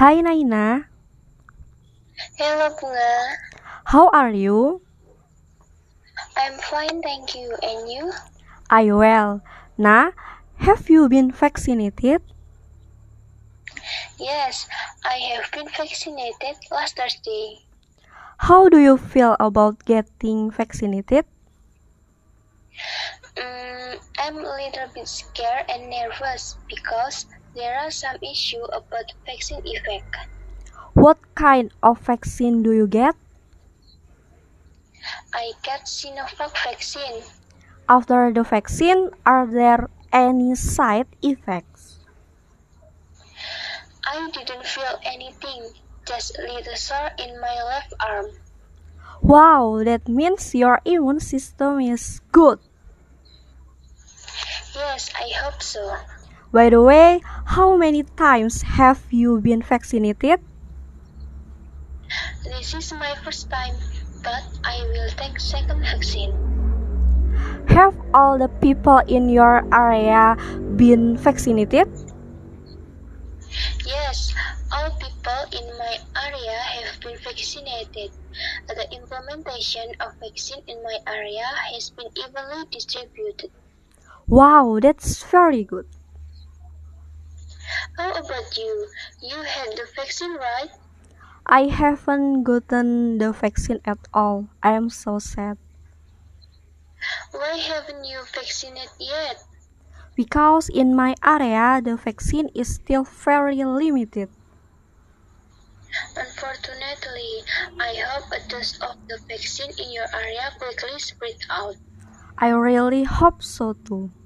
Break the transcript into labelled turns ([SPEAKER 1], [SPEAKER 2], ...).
[SPEAKER 1] Hi Naina,
[SPEAKER 2] Hello, Bunga.
[SPEAKER 1] how are you?
[SPEAKER 2] I'm fine, thank you. And you?
[SPEAKER 1] I well. Na, have you been vaccinated?
[SPEAKER 2] Yes, I have been vaccinated last Thursday.
[SPEAKER 1] How do you feel about getting vaccinated?
[SPEAKER 2] Mm, I'm a little bit scared and nervous because there are some issue about vaccine effect.
[SPEAKER 1] What kind of vaccine do you get?
[SPEAKER 2] I got Sinovac vaccine.
[SPEAKER 1] After the vaccine, are there any side effects?
[SPEAKER 2] I didn't feel anything, just a little sore in my left arm.
[SPEAKER 1] Wow, that means your immune system is good.
[SPEAKER 2] Yes, I hope so.
[SPEAKER 1] By the way, how many times have you been vaccinated?
[SPEAKER 2] This is my first time, but I will take second vaccine.
[SPEAKER 1] Have all the people in your area been vaccinated?
[SPEAKER 2] Yes, all people in my area have been vaccinated. The implementation of vaccine in my area has been evenly distributed.
[SPEAKER 1] Wow, that's very good.
[SPEAKER 2] How about you? You had the vaccine, right?
[SPEAKER 1] I haven't gotten the vaccine at all. I am so sad
[SPEAKER 2] Why haven't you vaccinated yet?
[SPEAKER 1] because in my area the vaccine is still very limited.
[SPEAKER 2] Unfortunately, I hope a dose of the vaccine in your area quickly spread out.
[SPEAKER 1] I really hope so too.